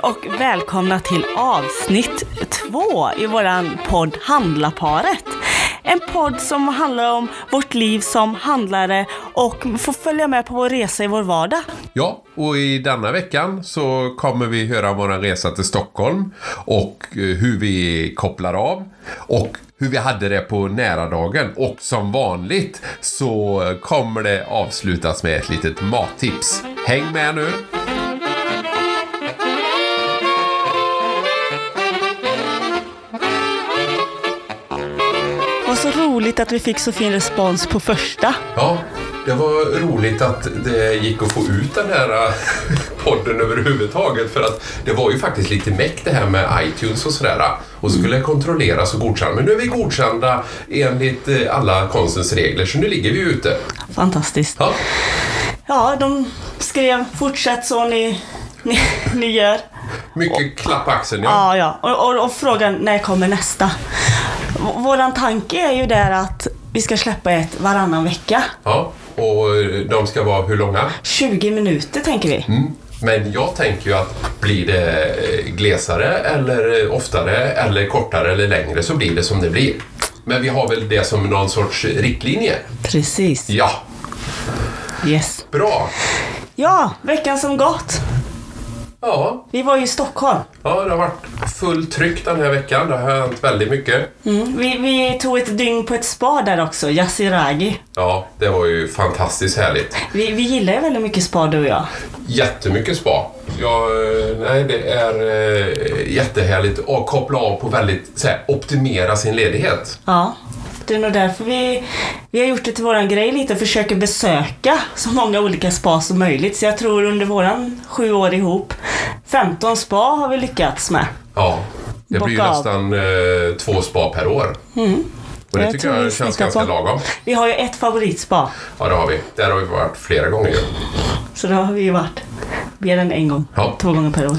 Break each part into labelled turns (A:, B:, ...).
A: och välkomna till avsnitt två i våran podd Handlarparet. En podd som handlar om vårt liv som handlare och får följa med på vår resa i vår vardag.
B: Ja, och i denna veckan så kommer vi höra om vår resa till Stockholm och eh, hur vi kopplar av och hur vi hade det på nära dagen. Och som vanligt så kommer det avslutas med ett litet mattips. Häng med nu!
A: Och så roligt att vi fick så fin respons på första.
B: Ja, det var roligt att det gick att få ut den här äh, podden överhuvudtaget. För att det var ju faktiskt lite meck det här med iTunes och sådär. äh, Och så skulle det kontrolleras och godkännas. Men nu är vi godkända enligt eh, alla konstens regler. Så nu ligger vi ute.
A: Fantastiskt.
B: Ja,
A: Ja, de skrev fortsätt så ni, ni, ni gör.
B: mycket klapp på axeln.
A: Ja,
B: Ja.
A: ja. Och, och, och frågan, när kommer nästa? V- Våran tanke är ju där att vi ska släppa ett varannan vecka.
B: ja. Och eh, de ska vara hur långa?
A: 20 minuter tänker vi.
B: Men jag tänker ju att blir det eh, glesare eller eh, oftare eller kortare eller längre så blir det som det blir. Men vi har väl det som någon sorts riktlinje.
A: Precis.
B: Ja,
A: Yes.
B: bra.
A: Ja, veckan som gått.
B: Ja,
A: Vi var ju i Stockholm.
B: ja det har varit fullt tryck den här veckan. Det har hänt väldigt mycket.
A: Mm. Vi, vi tog ett dygn på ett spa där också, Yasiragi.
B: Ja, det var ju fantastiskt härligt.
A: Vi, vi gillar ju väldigt mycket spa du och jag.
B: Jättemycket spa. Ja, eh, nej, det är eh, jättehärligt att koppla av på väldigt, så här, optimera sin ledighet.
A: Ja. Det är nog därför vi, vi har gjort det till våran grej lite och försöker besöka så många olika spa som möjligt. Så jag tror under våran sju år ihop, 15 spa har vi lyckats med.
B: Ja, det blir ju
A: Bocka av. Mm.
B: nästan eh, två spa per år. Och det
A: Jag
B: tycker
A: tror vi
B: jag känns
A: snittar
B: ganska
A: på.
B: lagom.
A: Vi har ju ett favoritspa,
B: Ja, det har vi. Där har vi varit flera gånger ju.
A: så då har vi ju varit mer än en gång,
B: Ja.
A: två gånger per år.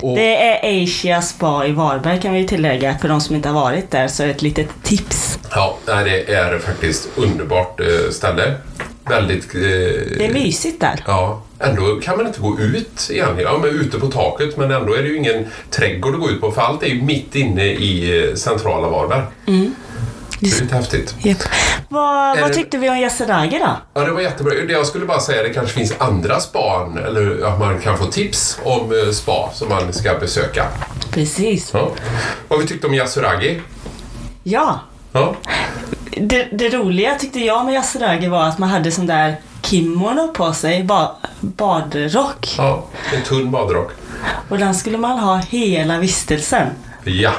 B: Och,
A: Det är Asia Spa i Varberg kan vi ju tillägga. För de som inte har varit där så är det ett litet tips.
B: ja, nej, det är faktiskt underbart eh, ställe. Väldigt... eh,
A: Det är mysigt där.
B: Ja, ändå kan man inte gå ut egentligen. Ja, men ute på taket, men ändå är det ju ingen trädgård att gå ut på, för allt är ju mitt inne i eh, centrala Varberg. Det är lite häftigt.
A: Vad,
B: Är
A: vad
B: det-
A: tyckte vi om Yasuragi då?
B: Ja, det var jättebra. Det jag skulle bara säga, det kanske finns andra span, eller att man kan få tips om eh, spa som man ska besöka.
A: Precis.
B: Ja. Vad vi tyckte om Yasuragi?
A: Ja.
B: Ja.
A: Det, det roliga tyckte jag med Yasuragi var att man hade sån där kimono på sig, ba, badrock.
B: ja, en tunn badrock.
A: Och den skulle man ha hela vistelsen.
B: Ja.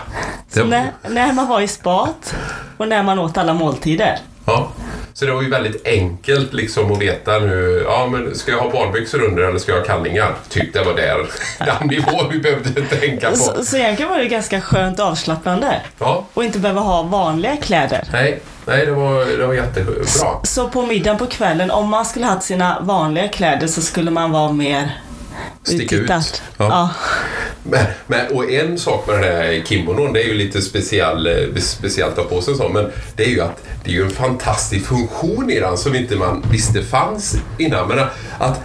B: Det-
A: Så när, när man var i spat och när man åt alla måltider.
B: Ja. Så det var ju väldigt enkelt liksom att veta nu. Ja, men ska jag ha badbyxor under eller ska jag ha kallingar? Typ det var där. Den nivån vi behövde tänka på.
A: Så, så egentligen var det ganska skönt avslappnande.
B: Ja.
A: Och inte behöva ha vanliga kläder.
B: Nej, nej det, var, det var jättebra.
A: Så på middagen på kvällen, om man skulle haft sina vanliga kläder så skulle man vara mer
B: Sticka ut.
A: uttittad.
B: Ja.
A: Ja.
B: Men, men, och en sak med den här kimonon, det är ju lite speciell, eh, speciellt av påsen så, men det är ju att det är ju en fantastisk funktion i den som inte man visste fanns innan. Men att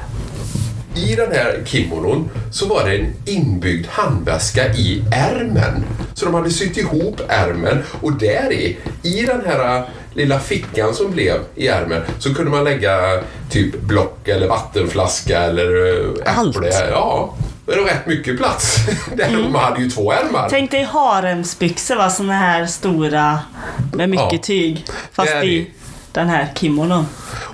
B: i den här kimonon så var det en inbyggd handväska i ärmen. Så de hade sytt ihop ärmen och där i, i den här eh, lilla fickan som blev i ärmen så kunde man lägga typ block eller vattenflaska eller eh, äpple.
A: Allt.
B: Ja, det var rätt mycket plats. Där Man hade ju två ärmar.
A: Tänk dig haremsbyxor va, såna här stora med mycket
B: Ja.
A: tyg. Fast
B: Det är
A: i
B: det.
A: den här kimonon.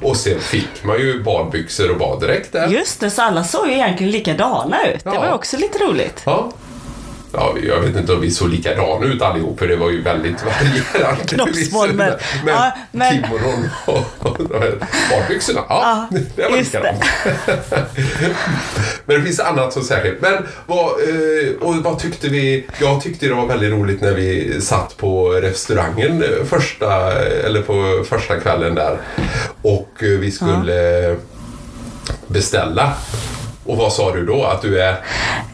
B: Och sen fick man ju badbyxor och baddräkt där.
A: Just det, så alla såg ju egentligen likadana ut. Det
B: Ja.
A: var ju också lite roligt.
B: Ja. Ja, jag vet inte om vi såg likadana ut allihop för det var ju väldigt varierande.
A: Knoppsformer.
B: Men,
A: Ja, men-
B: kimonon och, och de här badbyxorna, ja,
A: Ja,
B: det var
A: just det.
B: likadant. men det finns annat som särskilt. Men vad, eh, och vad tyckte vi? Jag tyckte det var väldigt roligt när vi satt på restaurangen eh, första, eller på första kvällen där. Och eh, vi skulle eh, beställa. Och vad sa du då? Att du är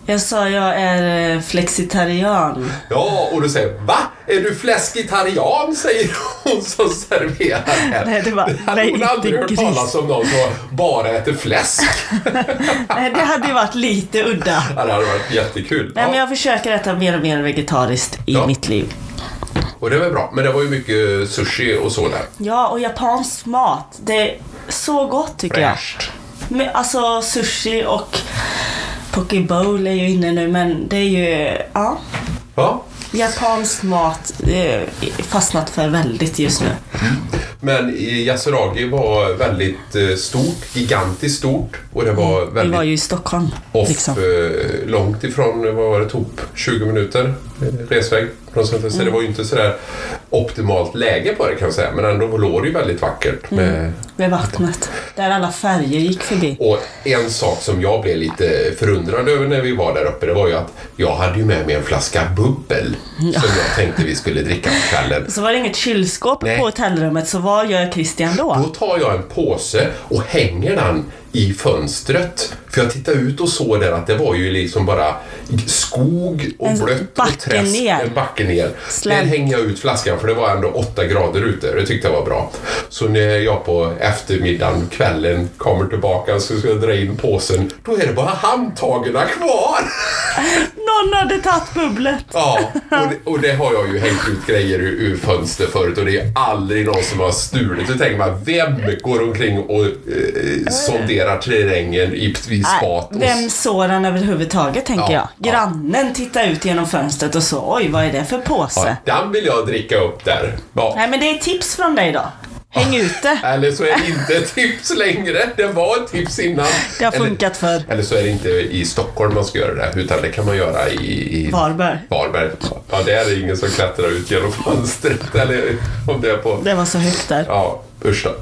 A: Jag sa jag är eh, flexitarian.
B: Ja, och du säger va? Är du fläskitarian? säger hon som serverar här.
A: Nej, det var-
B: hade hon
A: nej,
B: aldrig
A: inte
B: hört
A: gris.
B: talas om någon som bara äter fläsk.
A: Nej, det hade ju varit lite udda.
B: Ja, det hade varit jättekul.
A: Nej, men
B: Ja,
A: jag försöker äta mer och mer vegetariskt i
B: Ja.
A: mitt liv.
B: och det var ju bra. Men det var ju mycket sushi och så där.
A: Ja, och japansk mat. Det är så gott tycker jag.
B: Fräscht.
A: Men, alltså sushi och poke bowl är ju inne nu, men det är ju... Ja,
B: Ja.
A: japansk mat eh, fastnat för väldigt just nu.
B: Men i Yasuragi var väldigt eh, stort, gigantiskt stort. Och det var
A: Vi
B: väldigt
A: Mm, var ju i Stockholm.
B: off,
A: Liksom.
B: eh, långt ifrån, vad var det, top 20 minuter eh, resväg. någonstans. Så det var ju inte sådär optimalt läge på det kan jag säga. Men ändå låg det ju väldigt vackert. Med,
A: Vid vattnet. Där alla färger gick förbi.
B: och en sak som jag blev lite förundrad över när vi var där uppe, det var ju att jag hade ju med mig en flaska bubbel som jag tänkte vi skulle dricka på kvällen.
A: Så var det inget kylskåp
B: Nej.
A: på hotellrummet, så vad gör Christian
B: Då
A: då?
B: tar jag en påse och hänger den i fönstret. För jag tittade ut och såg där att det var ju liksom bara skog och
A: En
B: blött och
A: backe
B: träsk.
A: ner.
B: En backe ner.
A: Slänt.
B: Där hänger jag ut flaskan för det var ändå åtta grader ute. Det tyckte jag var bra. Så när jag på eftermiddagen, kvällen kommer tillbaka så ska jag dra in påsen. Då är det bara handtagen kvar.
A: Någon hade tagit bubblet.
B: Ja, och det, och det har jag ju hängt ut grejer ur, ur fönster förut och det är aldrig någon som har stulit. Då tänker man, vem går omkring och eh, sonderar terrängen i, i spat? Och,
A: vem sår han överhuvudtaget tänker
B: Ja,
A: jag. Grannen tittar ut genom fönstret och så, oj vad är det för påse?
B: ja, den vill jag dricka upp där. Ja.
A: Nej men det är ett tips från dig då. Häng ute.
B: Eller så är det inte ett tips längre. Det var ett tips innan.
A: Det har funkat förr.
B: Eller, eller så är det inte i Stockholm man ska göra det, utan det kan man göra i, i
A: Varberg.
B: Varberg. Ja, det är det ingen som klättrar ut genom fönstret. Eller om det är på...
A: Det var så högt där.
B: Ja, usch då.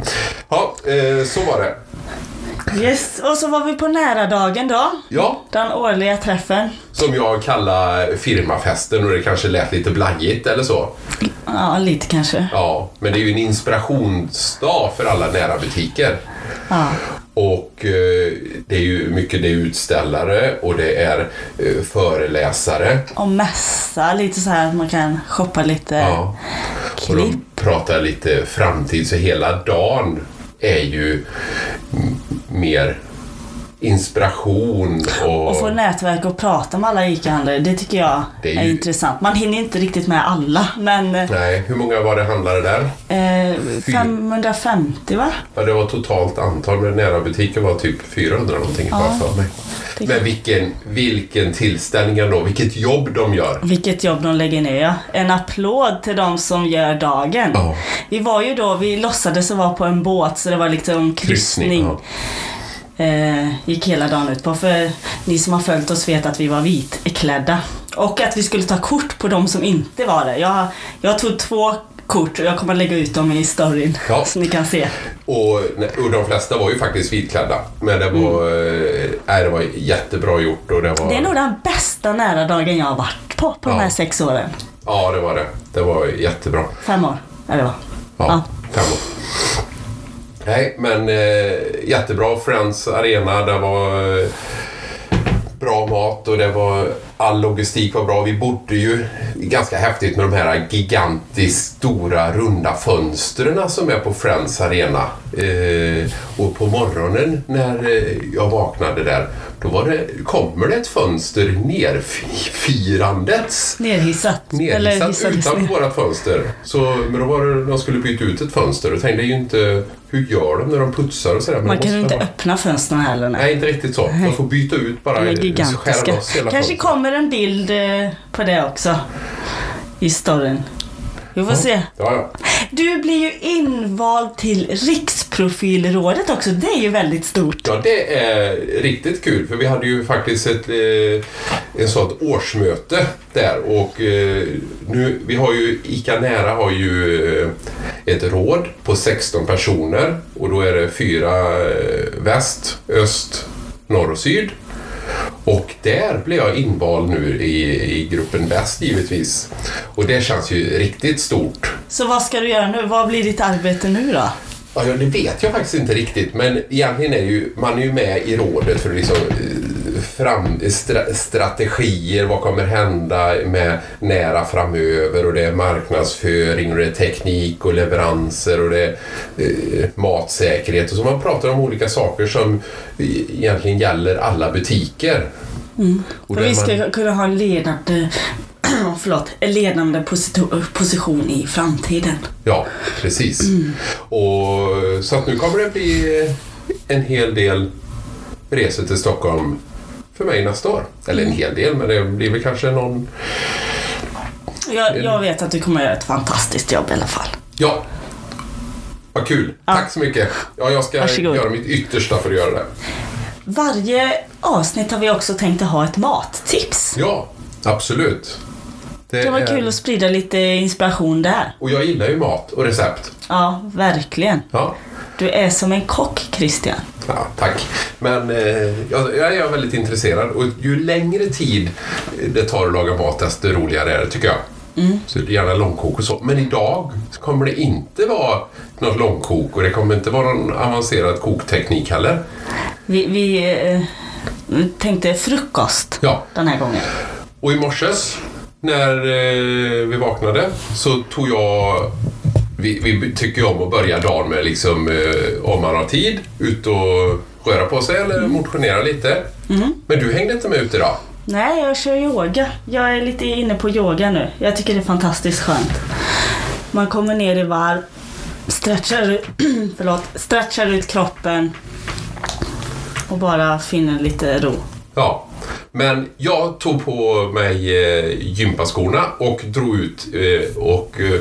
B: Ja, eh, så var det.
A: Yes, och så var vi på nära dagen då.
B: Ja,
A: Den årliga träffen.
B: som jag kallar firmafesten och det kanske lät lite blajigt eller så.
A: Ja, lite kanske.
B: Ja, men det är ju en inspirationsdag för alla nära butiker.
A: Ja.
B: Och eh, det är ju mycket det är utställare och det är eh, föreläsare.
A: Och mässa, lite så här att man kan shoppa lite
B: Ja. Och
A: klipp.
B: de pratar lite framtid, så hela dagen är ju m- mer inspiration och...
A: Och få nätverk och prata med alla ICA-handlare, det tycker jag
B: Det är
A: är,
B: ju-
A: intressant. Man hinner inte riktigt med alla, men
B: Nej, hur många var det handlare där?
A: eh, 550 va?
B: Ja, det var totalt antal, men nära butiken var typ 400 någonting bara för mig.
A: Det-
B: Men vilken, vilken tillställning ändå, vilket jobb de gör.
A: Vilket jobb de lägger ner ja. En applåd till de som gör dagen.
B: Ja.
A: Vi var ju då, vi låtsades att vara på en båt så det var liksom kryssning.
B: ja.
A: eh, gick hela dagen ut på. För ni som har följt oss vet att vi var vitklädda. Och att vi skulle ta kort på de som inte var det. Jag, jag tog två kort och jag kommer att lägga ut dem i storyn
B: Ja.
A: så ni kan se.
B: Och, nej, och de flesta var ju faktiskt vitklädda. Men det var, eh, nej, det var jättebra gjort. Och det, var,
A: Mm. Det är nog den bästa nära dagen jag har varit på, på de här
B: Ja.
A: sex åren.
B: Ja, det var det. Det var jättebra.
A: Fem år, ja det var.
B: Ja,
A: Ja.
B: fem år. Nej, men eh, jättebra. Friends Arena, det var eh, bra mat och det var all logistik var bra. Vi bodde ju ganska häftigt med de här gigantiskt stora runda fönstren som är på Friends Arena. Eh, och på morgonen när eh, jag vaknade där, då var det, kommer det ett fönster nerfirandets
A: Nerhissat. Eller
B: nedhissat
A: hissades ner.
B: utanför vårat fönster. Så, men då var det de skulle byta ut ett fönster och tänkte ju inte hur gör de när de putsar och sådär. Men
A: Man
B: det
A: kan ju
B: måste
A: inte
B: vara-
A: öppna fönstren heller. Nej.
B: Nej, inte riktigt så. De får byta ut bara.
A: De är
B: eh, skära
A: gigantiska.
B: loss
A: Kanske
B: hela fönstret.
A: kommer en bild eh, på det också. I storyn. Vi får se.
B: Ja, ja.
A: Du blir ju invald till Riksprofilrådet också. Det är ju väldigt stort.
B: ja, det är riktigt kul för vi hade ju faktiskt ett eh, en sånt årsmöte där och eh, nu, vi har ju, ICA Nära har ju eh, ett råd på 16 personer och då är det fyra eh, väst, öst, norr och syd. Och där blev jag invald nu i, i gruppen väst givetvis. Och det känns ju riktigt stort.
A: Så vad ska du göra nu? Vad blir ditt arbete nu då?
B: Ja, ja, det vet jag faktiskt inte riktigt. Men egentligen är ju, man är ju med i rådet för att liksom eh, fram, stra, strategier, vad kommer hända med nära framöver och det är marknadsföring och det är teknik och leveranser och det är eh, matsäkerhet och så. Man pratar om olika saker som eh, egentligen gäller alla butiker.
A: För
B: Och där
A: Mm. vi ska
B: man-
A: kunna ha en ledande, förlåt, en ledande posito- position i framtiden.
B: Ja, precis. Och, så att nu kommer det bli en hel del resor till Stockholm för mig nästa år. Eller en hel del, men det blir väl kanske någon...
A: Jag, jag vet att du kommer göra ett fantastiskt jobb i alla fall.
B: Ja! Vad kul! Tack så mycket! Ja, jag ska
C: Varsågod.
B: göra mitt yttersta för att göra det.
A: Varje avsnitt har vi också tänkt att ha ett mattips.
B: Ja, absolut. Det
A: Det var
B: är-
A: kul att sprida lite inspiration där.
B: Och jag gillar ju mat och recept.
A: Ja, verkligen.
B: Ja.
A: Du är som en kock, Christian.
B: Ja, tack. Men eh, jag, jag är väldigt intresserad och ju längre tid det tar att laga mat desto roligare är det tycker jag. Så gärna långkok och så. Men idag så kommer det inte vara något långkok och det kommer inte vara någon avancerad kokteknik heller.
A: Vi, vi eh, tänkte frukost
B: Ja,
A: den här gången.
B: och i morses när eh, vi vaknade så tog jag vi, vi tycker ju om att börja dagen med liksom, eh, om man har tid, ut och röra på sig eller motionera lite. Men du hängde inte med ut idag.
A: Nej, jag kör yoga. Jag är lite inne på yoga nu. Jag tycker det är fantastiskt skönt. Man kommer ner i varv, stretchar, ut- förlåt, stretchar ut kroppen och bara finner lite ro.
B: Ja, men jag tog på mig eh, gympaskorna och drog ut eh, och eh,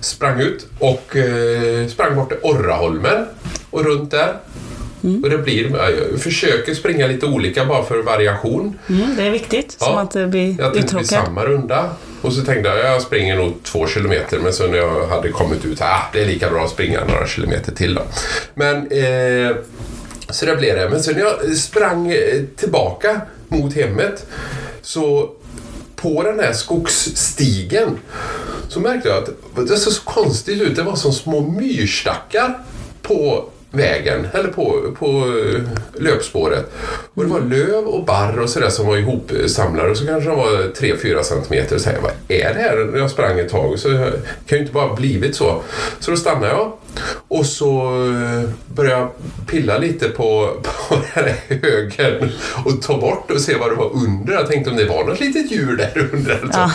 B: sprang ut och eh, sprang bort till Orraholmen och runt där. Och det blir, jag försöker springa lite olika bara för variation.
A: Mm, det är viktigt, så
B: Ja,
A: man inte
B: Jag
A: blir
B: tänkte det blir
A: uttråkad.
B: samma runda. Och så tänkte jag jag springer nog två kilometer men så när jag hade kommit ut, ah, det är lika bra att springa några kilometer till då. Men, eh, så det blev det. Men sen när jag sprang eh, tillbaka mot hemmet så på den här skogsstigen så märkte jag att det såg så konstigt ut. Det var som små myrstackar på vägen, eller på, på eh, löpspåret. Och det var löv och barr och sådär som var ihopsamlade och så kanske de var 3-4 centimeter. Så här, vad är det här? När jag sprang ett tag så kan ju inte bara ha blivit så. Så då stannade jag och så eh, började jag pilla lite på, på den här högen och ta bort och se vad det var under. Jag tänkte om det var något litet djur där under. Eller så.
C: Ja.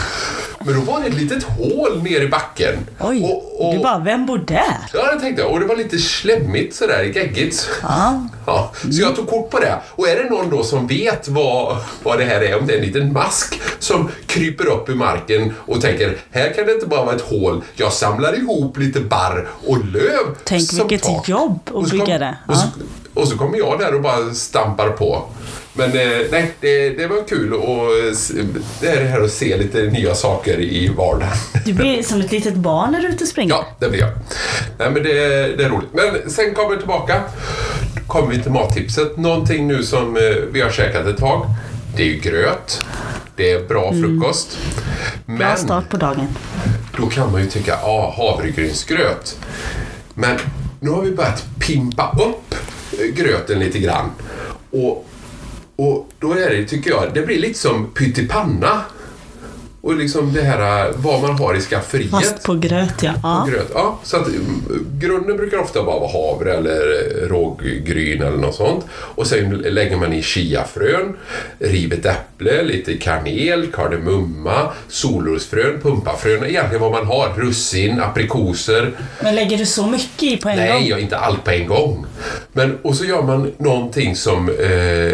B: Men då var det ett litet hål nere i backen.
C: Oj,
B: och, och,
C: du bara, vem bor där?
B: Ja, det tänkte jag. Och det var lite slemmigt sådär, geggigt.
C: Ja.
B: Ja, så jag tog kort på det. Och är det någon då som vet vad, vad det här är, om det är en liten mask som kryper upp ur marken och tänker här kan det inte bara vara ett hål. Jag samlar ihop lite barr och löv
C: Tänk
B: som
C: vilket
B: tak."
C: jobb att
B: Och så
C: bygga
B: kom-
C: det.
B: Och så, och så kommer jag där och bara stampar på. Men eh, nej, det, det var kul och s- det är det här att se lite nya saker i vardagen.
A: Du blir som ett litet barn när du är ute och springer.
B: Ja, det blir jag. Nej, men det, det är roligt. Men sen kommer vi tillbaka. Då kommer vi till mattipset. Någonting nu som eh, vi har käkat ett tag. Det är ju gröt. Det är bra frukost.
A: Bra
B: Men
A: start på dagen.
B: då kan man ju tycka, ja, ah, havregrynsgröt. Men nu har vi börjat pimpa upp eh, gröten lite grann. Och, och då är det, tycker jag, det blir lite som pyttipanna. Och liksom det här eh, vad man har i skafferiet
C: Fast på gröt ja. ja.
B: gröt. Ja, så att, mm, grunden brukar ofta bara vara havre eller eh, rågryn eller något sånt. Och sen lägger man i chiafrön, rivet äpple, lite kanel, kardemumma, solrosfrön, pumpafrön. Egentligen vad man har. Russin, aprikoser.
A: Men lägger du så mycket i på en gång?
B: Nej, jag inte allt på en gång. Men, och så gör man någonting som, eh,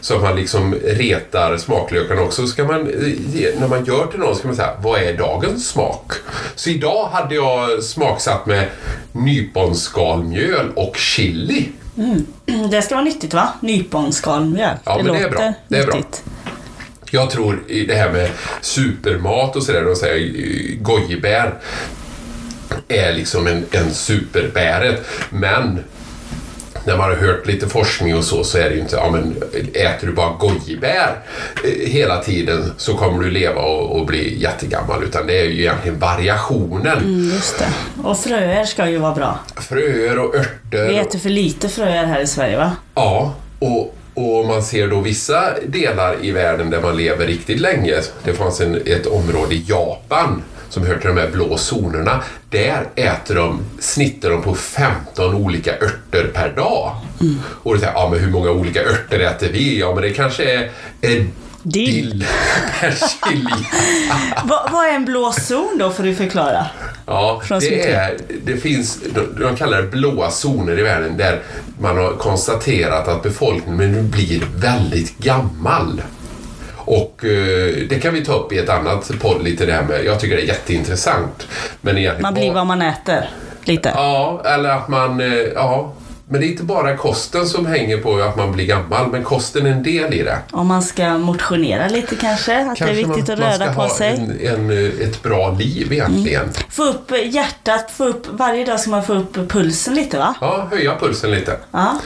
B: som man liksom retar smaklökarna också. Så ska man, eh, ge, när man gör till någon ska man säga, vad är dagens smak? Så idag hade jag smaksatt med nyponskalmjöl och chili.
A: Mm, Det ska vara nyttigt va? Nyponskalmjöl.
B: Ja, men det är bra. Det är bra.
A: nyttigt.
B: Jag tror i det här med supermat och sådär, de säger eh, gojibär är liksom en, en superbäret. Men när man har hört lite forskning och så, så är det ju inte, ja men äter du bara gojibär eh, hela tiden så kommer du leva och, och bli jättegammal. Utan det är ju egentligen variationen.
A: Mm. Just det. Och fröer ska ju vara bra.
B: Fröer och örter.
A: Vi
B: och-
A: äter för lite fröer här i Sverige va?
B: Ja, och, Och man ser då vissa delar i världen där man lever riktigt länge. Det fanns en, ett område i Japan som hör till de här blå zonerna. Där äter de, snittar de på 15 olika örter per dag. Och du säger, ja men hur många olika örter äter vi? Ja men det kanske är, är
C: Dill.
B: dill, persilja.
A: Va, vad är en blå zon då får du förklara?
B: Ja,
C: Från
B: det,
C: Smitty.
B: är, det finns, de, de kallar det blåa zoner i världen där man har konstaterat att befolkningen nu blir väldigt gammal. Och eh, det kan vi ta upp i ett annat podd lite det här med, jag tycker det är jätteintressant. Men egentligen,
A: Man blir vad man äter. Lite.
B: Ja, eller att man, eh, ja. Men det är inte bara kosten som hänger på att man blir gammal, men kosten är en del i det.
A: Om man ska motionera lite kanske. Att det är viktigt att röra på
B: ha
A: sig. Mm.
B: En, en, eh, ett bra liv egentligen.
A: Få upp hjärtat, få upp, varje dag ska man få upp pulsen lite va?
B: Ja, höja pulsen lite.
A: Ja.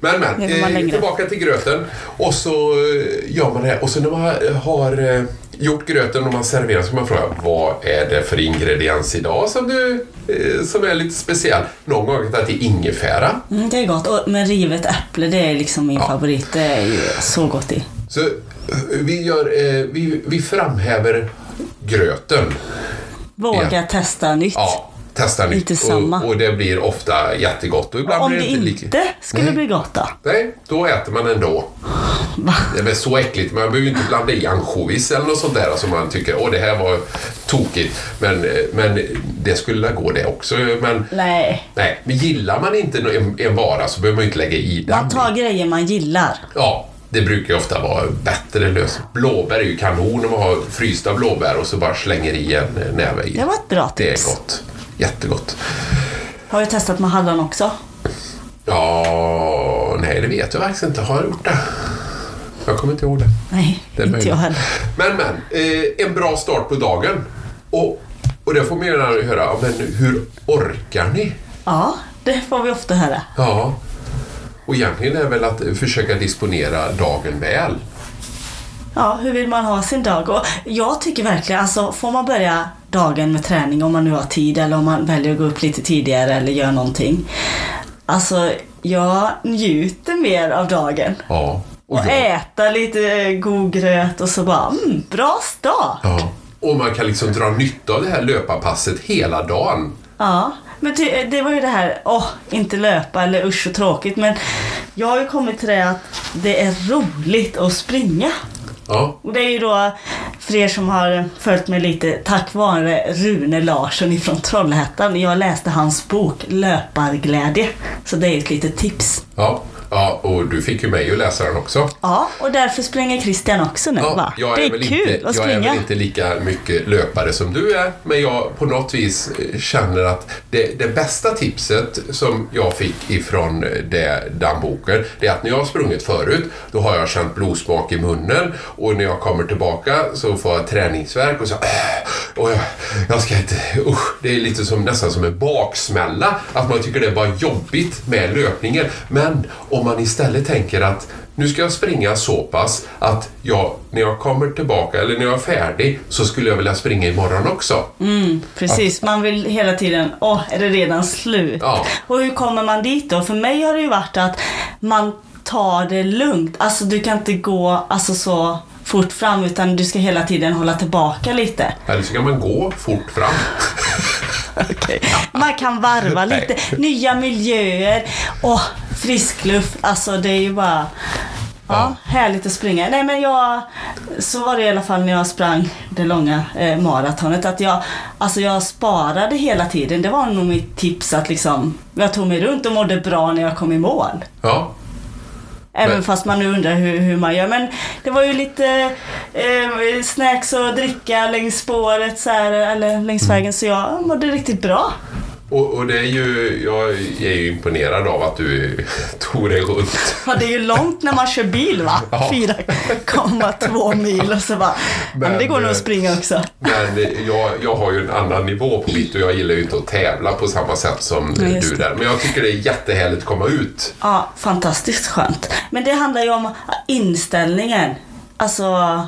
B: Men men,
A: Nu får man
B: eh,
A: längre.
B: tillbaka till gröten. Och så eh, gör man det här. Och så när man har eh, gjort gröten och man serverar så man frågar vad är det för ingrediens idag som du eh, som är lite speciell? Någon gång har jag tagit i ingefära.
A: Mm, det är gott. Och, men rivet äpple det är liksom min favorit. Det är ju så gott i.
B: Så eh, vi, gör, eh, vi, vi framhäver gröten.
A: Våga
B: Ja.
A: testa nytt.
B: Ja, testa nytt.
A: Inte samma.
B: Och, och det blir ofta jättegott. Och ibland
A: Om
B: blir
A: det
B: det lika-
A: inte skulle
B: Nej.
A: bli gott då?
B: Nej, då äter man ändå.
A: Va?
B: Det är väl så äckligt, man behöver ju inte blanda i ansjovis eller något sånt där som man tycker, åh det här var tokigt. Men, eh, men det skulle gå det också. Men,
A: Nej.
B: nej, men gillar man inte en, en vara så behöver man ju inte lägga i den.
A: Man tar grejer man gillar.
B: Ja, det brukar ju ofta vara bättre lös. Blåbär är ju kanon om man har frysta blåbär och så bara slänger i en eh, näve i.
A: Det var ett bra
B: Det
A: tips.
B: är gott. Jättegott.
A: Har du testat med hallon också?
B: Ja, nej det vet jag faktiskt inte. Har jag gjort det? Jag kommer inte ihåg det.
A: Nej,
B: Det är
A: inte jag heller.
B: möjligt. Men men, eh, en bra start på dagen. Och, och det får man gärna höra. ja, Men hur orkar ni?
A: Ja, det får vi ofta höra.
B: Ja. Och egentligen är väl att försöka disponera dagen väl.
A: Ja, hur vill man ha sin dag? Och jag tycker verkligen, alltså får man börja dagen med träning om man nu har tid eller om man väljer att gå upp lite tidigare eller gör någonting. Alltså, jag njuter mer av dagen.
B: Ja. Och,
A: Och
B: jag,
A: äta lite eh, god gröt och så bara, mm, bra start.
B: ja. och man kan liksom dra nytta av det här löparpasset hela dagen.
A: Ja, men ty, eh, det var ju det här, åh, inte löpa eller usch så tråkigt. Men jag har ju kommit till det att det är roligt att springa.
B: Ja.
A: Och det är ju då, för er som har följt mig lite, tack vare Rune Larsson ifrån Trollhättan. Jag läste hans bok Löparglädje. Så det är ju ett litet tips.
B: Ja. ja. Och du fick ju mig att läsa den också.
A: Ja, och därför springer Christian också nu
B: Ja,
A: va?
B: jag
A: det
B: är
A: är
B: väl
A: kul
B: inte,
A: att
B: Jag
A: springa.
B: är väl inte lika mycket löpare som du är, men jag på något vis eh, känner att det, det bästa tipset som jag fick ifrån eh, det, den boken, det är att när jag har sprungit förut, då har jag känt blodsmak i munnen och när jag kommer tillbaka så får jag träningsvärk och så "Åh, och jag, jag ska inte, usch, det är lite som, nästan som en baksmälla, att man tycker det är bara jobbigt med löpningen. Men om man istället tänker att nu ska jag springa så pass att jag, när jag kommer tillbaka eller när jag är färdig så skulle jag vilja springa imorgon också.
A: Mm. Precis, man vill hela tiden, åh, är det redan slut?
B: Ja.
A: Och hur kommer man dit då? För mig har det ju varit att man tar det lugnt. Alltså du kan inte gå alltså, så fort fram utan du ska hela tiden hålla tillbaka lite.
B: Eller så kan man gå fort fram.
A: Man kan varva lite. Nya miljöer, åh, frisk luft. Alltså det är ju bara Ja, härligt att springa. Nej men jag, så var det i alla fall när jag sprang det långa eh, maratonet. Att jag, alltså jag sparade hela tiden. Det var nog mitt tips att liksom, jag tog mig runt och mådde bra när jag kom i mål.
B: Ja,
A: Även
B: Men-
A: fast man nu undrar hur, hur man gör. Men det var ju lite eh, snacks och dricka längs spåret så här, eller längs vägen. Så jag mådde riktigt bra.
B: och, och det är ju, jag är ju imponerad av att du tog dig runt.
A: Ja, det är ju långt när man kör bil va?
B: Ja.
A: 4,2 mil och så bara, men,
B: Men,
A: det går nog
B: eh,
A: att springa också.
B: Men jag, jag har ju en annan nivå på mitt och jag gillar ju inte att tävla på samma sätt som
A: Ja, just
B: du
A: det.
B: där. Men jag tycker det är jättehärligt att komma ut.
A: Ja, fantastiskt skönt. Men det handlar ju om inställningen. Alltså,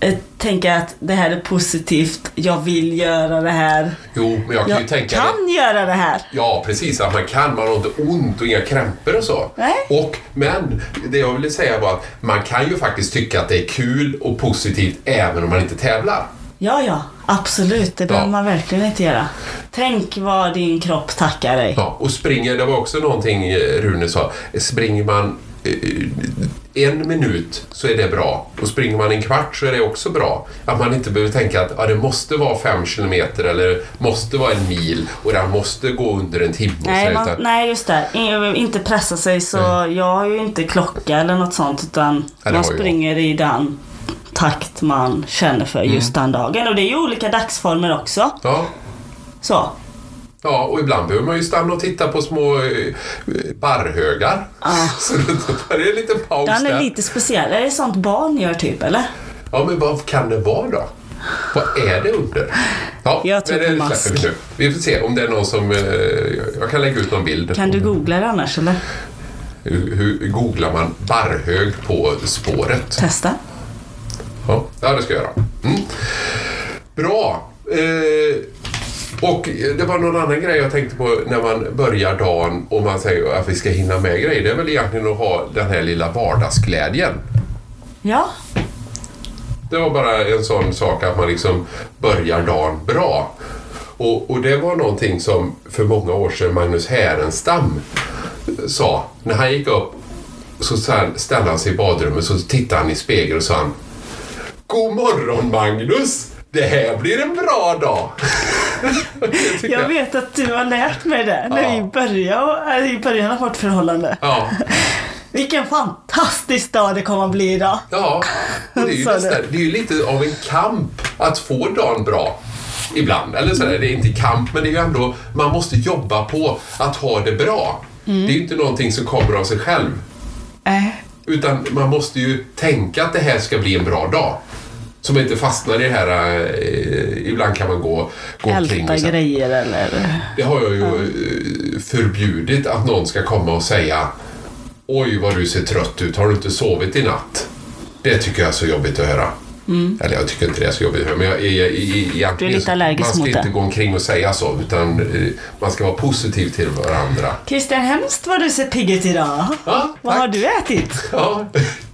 A: eh, tänka att det här är positivt, jag vill göra det här.
B: Jo, men jag kan ju
A: Jag
B: tänka mig-
A: kan göra det här.
B: Ja, precis. Att man kan. Man har inte ont och inga krämpor och så.
A: Nej.
B: Och, men det jag ville säga var att man kan ju faktiskt tycka att det är kul och positivt även om man inte tävlar.
A: Ja, ja, absolut. Det behöver man verkligen inte göra. Tänk vad din kropp tackar dig.
B: Ja, och springer, det var också någonting eh, Rune sa. Springer man eh, en minut så är det bra. Och springer man en kvart så är det också bra. Att man inte behöver tänka att ja, det måste vara fem kilometer eller måste vara en mil och den måste gå under en timme. och så
A: Nej,
B: där,
A: man,
B: utan-
A: nej, just det. In, inte pressa sig. Så Jag har ju inte klocka eller något sånt. Utan
B: Mm. det
A: man
B: har jag.
A: springer i den takt man känner för just
B: Mm.
A: den dagen. Och det är ju olika dagsformer också.
B: Ja.
A: Så.
B: Ja, och ibland behöver man ju stanna och titta på små eh, barrhögar. Så det det är lite paus
A: Ah. Den är
B: där.
A: lite speciell. Är det sånt barn gör typ, eller?
B: Ja, men vad kan det vara då? Vad är det under? Ja,
A: Jag tror
B: men
A: på
B: det
A: mask.
B: släpper vi nu. Vi får se om det är någon som... eh, Jag kan lägga ut någon bild.
A: Kan du googla det annars, eller?
B: Hur, hur googlar man barrhög på spåret?
A: Testa.
B: Ja, ja det ska jag göra. Mm. Bra. Eh, och det var någon annan grej jag tänkte på när man börjar dagen och man säger att vi ska hinna med grejer. Det är väl egentligen att ha den här lilla vardagsglädjen.
A: Ja.
B: Det var bara en sån sak att man liksom börjar dagen bra. Och, och det var någonting som för många år sedan Magnus Härenstam sa. När han gick upp så sen ställde han sig i badrummet så tittade han i spegeln och sa han God morgon Magnus! Det här blir en bra dag! Det tycker
A: Jag vet att du har lärt mig det när
B: Ja.
A: vi började, äh, i början av vårt förhållande.
B: Ja,
A: Vilken fantastisk dag det kommer att bli idag.
B: ja. Och det, är ju
A: Sa du.
B: nästan, det är ju lite av en kamp att få dagen bra. Ibland. Eller sådär, det är inte kamp men det är ju ändå, man måste jobba på att ha det bra.
A: Mm.
B: Det är ju inte någonting som kommer av sig själv.
A: Nej.
B: Utan man måste ju tänka att det här ska bli en bra dag. Så man inte fastnar i det här, eh, ibland kan man gå, gå omkring liksom.
A: Älta
B: och säga,
A: grejer eller...
B: Det har jag ju eh, förbjudit att någon ska komma och säga Oj vad du ser trött ut, har du inte sovit i natt? Det tycker jag är så jobbigt att höra. Eller jag tycker inte det är så jobbigt att höra, men jag, jag, jag, egentligen
A: Mm. Du är lite
B: så-
A: allergisk
B: Man ska
A: mot
B: inte
A: det.
B: gå omkring och säga så, utan eh, man ska vara positiv till varandra.
A: Christian, hemskt vad du ser pigg ut idag.
B: Ja,
A: Vad har
B: tack.
A: du ätit?
B: Ja,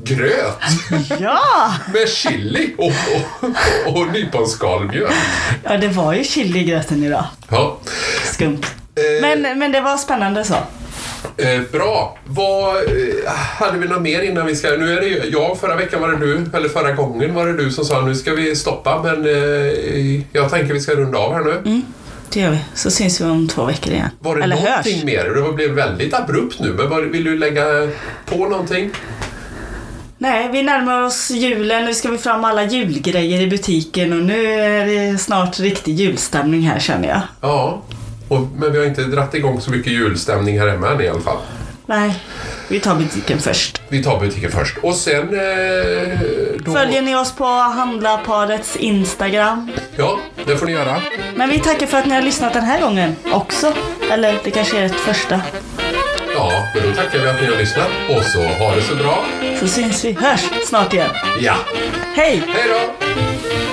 B: gröt
A: Ja!
B: med chili och, och, och nyponskalmjöl.
A: Ja, det var ju chili i gröten idag.
B: Ja.
A: Skumt.
B: Eh,
A: Men, men det var spännande så.
B: Eh, bra. Vad, eh, hade vi något mer innan vi ska... Nu är det ju jag. Förra veckan var det du, eller förra gången var det du som sa nu ska vi stoppa. Men eh, jag tänker vi ska runda av här nu.
A: Det gör vi. Så syns vi om två veckor igen.
B: Var det
A: Mm. eller
B: någonting
A: hörs.
B: mer? Det blev väldigt abrupt nu. Men var, vill du lägga på någonting?
A: Nej, vi närmar oss julen. Nu ska vi fram alla julgrejer i butiken och nu är det snart riktig julstämning här känner jag.
B: Ja. Och, men vi har inte dratt igång så mycket julstämning här hemma än i alla fall.
A: Nej, vi tar butiken först.
B: Vi tar butiken först. Och sen... Eh, då,
A: Följer ni oss på Handlarparets Instagram?
B: Ja, det får ni göra.
A: Men vi tackar för att ni har lyssnat den här gången också. Eller det kanske är ett första.
B: Ja, men då tackar vi att ni har lyssnat. Och så ha det så bra.
A: Så syns vi, hörs snart igen.
B: Ja.
A: Hej!
B: Hej då!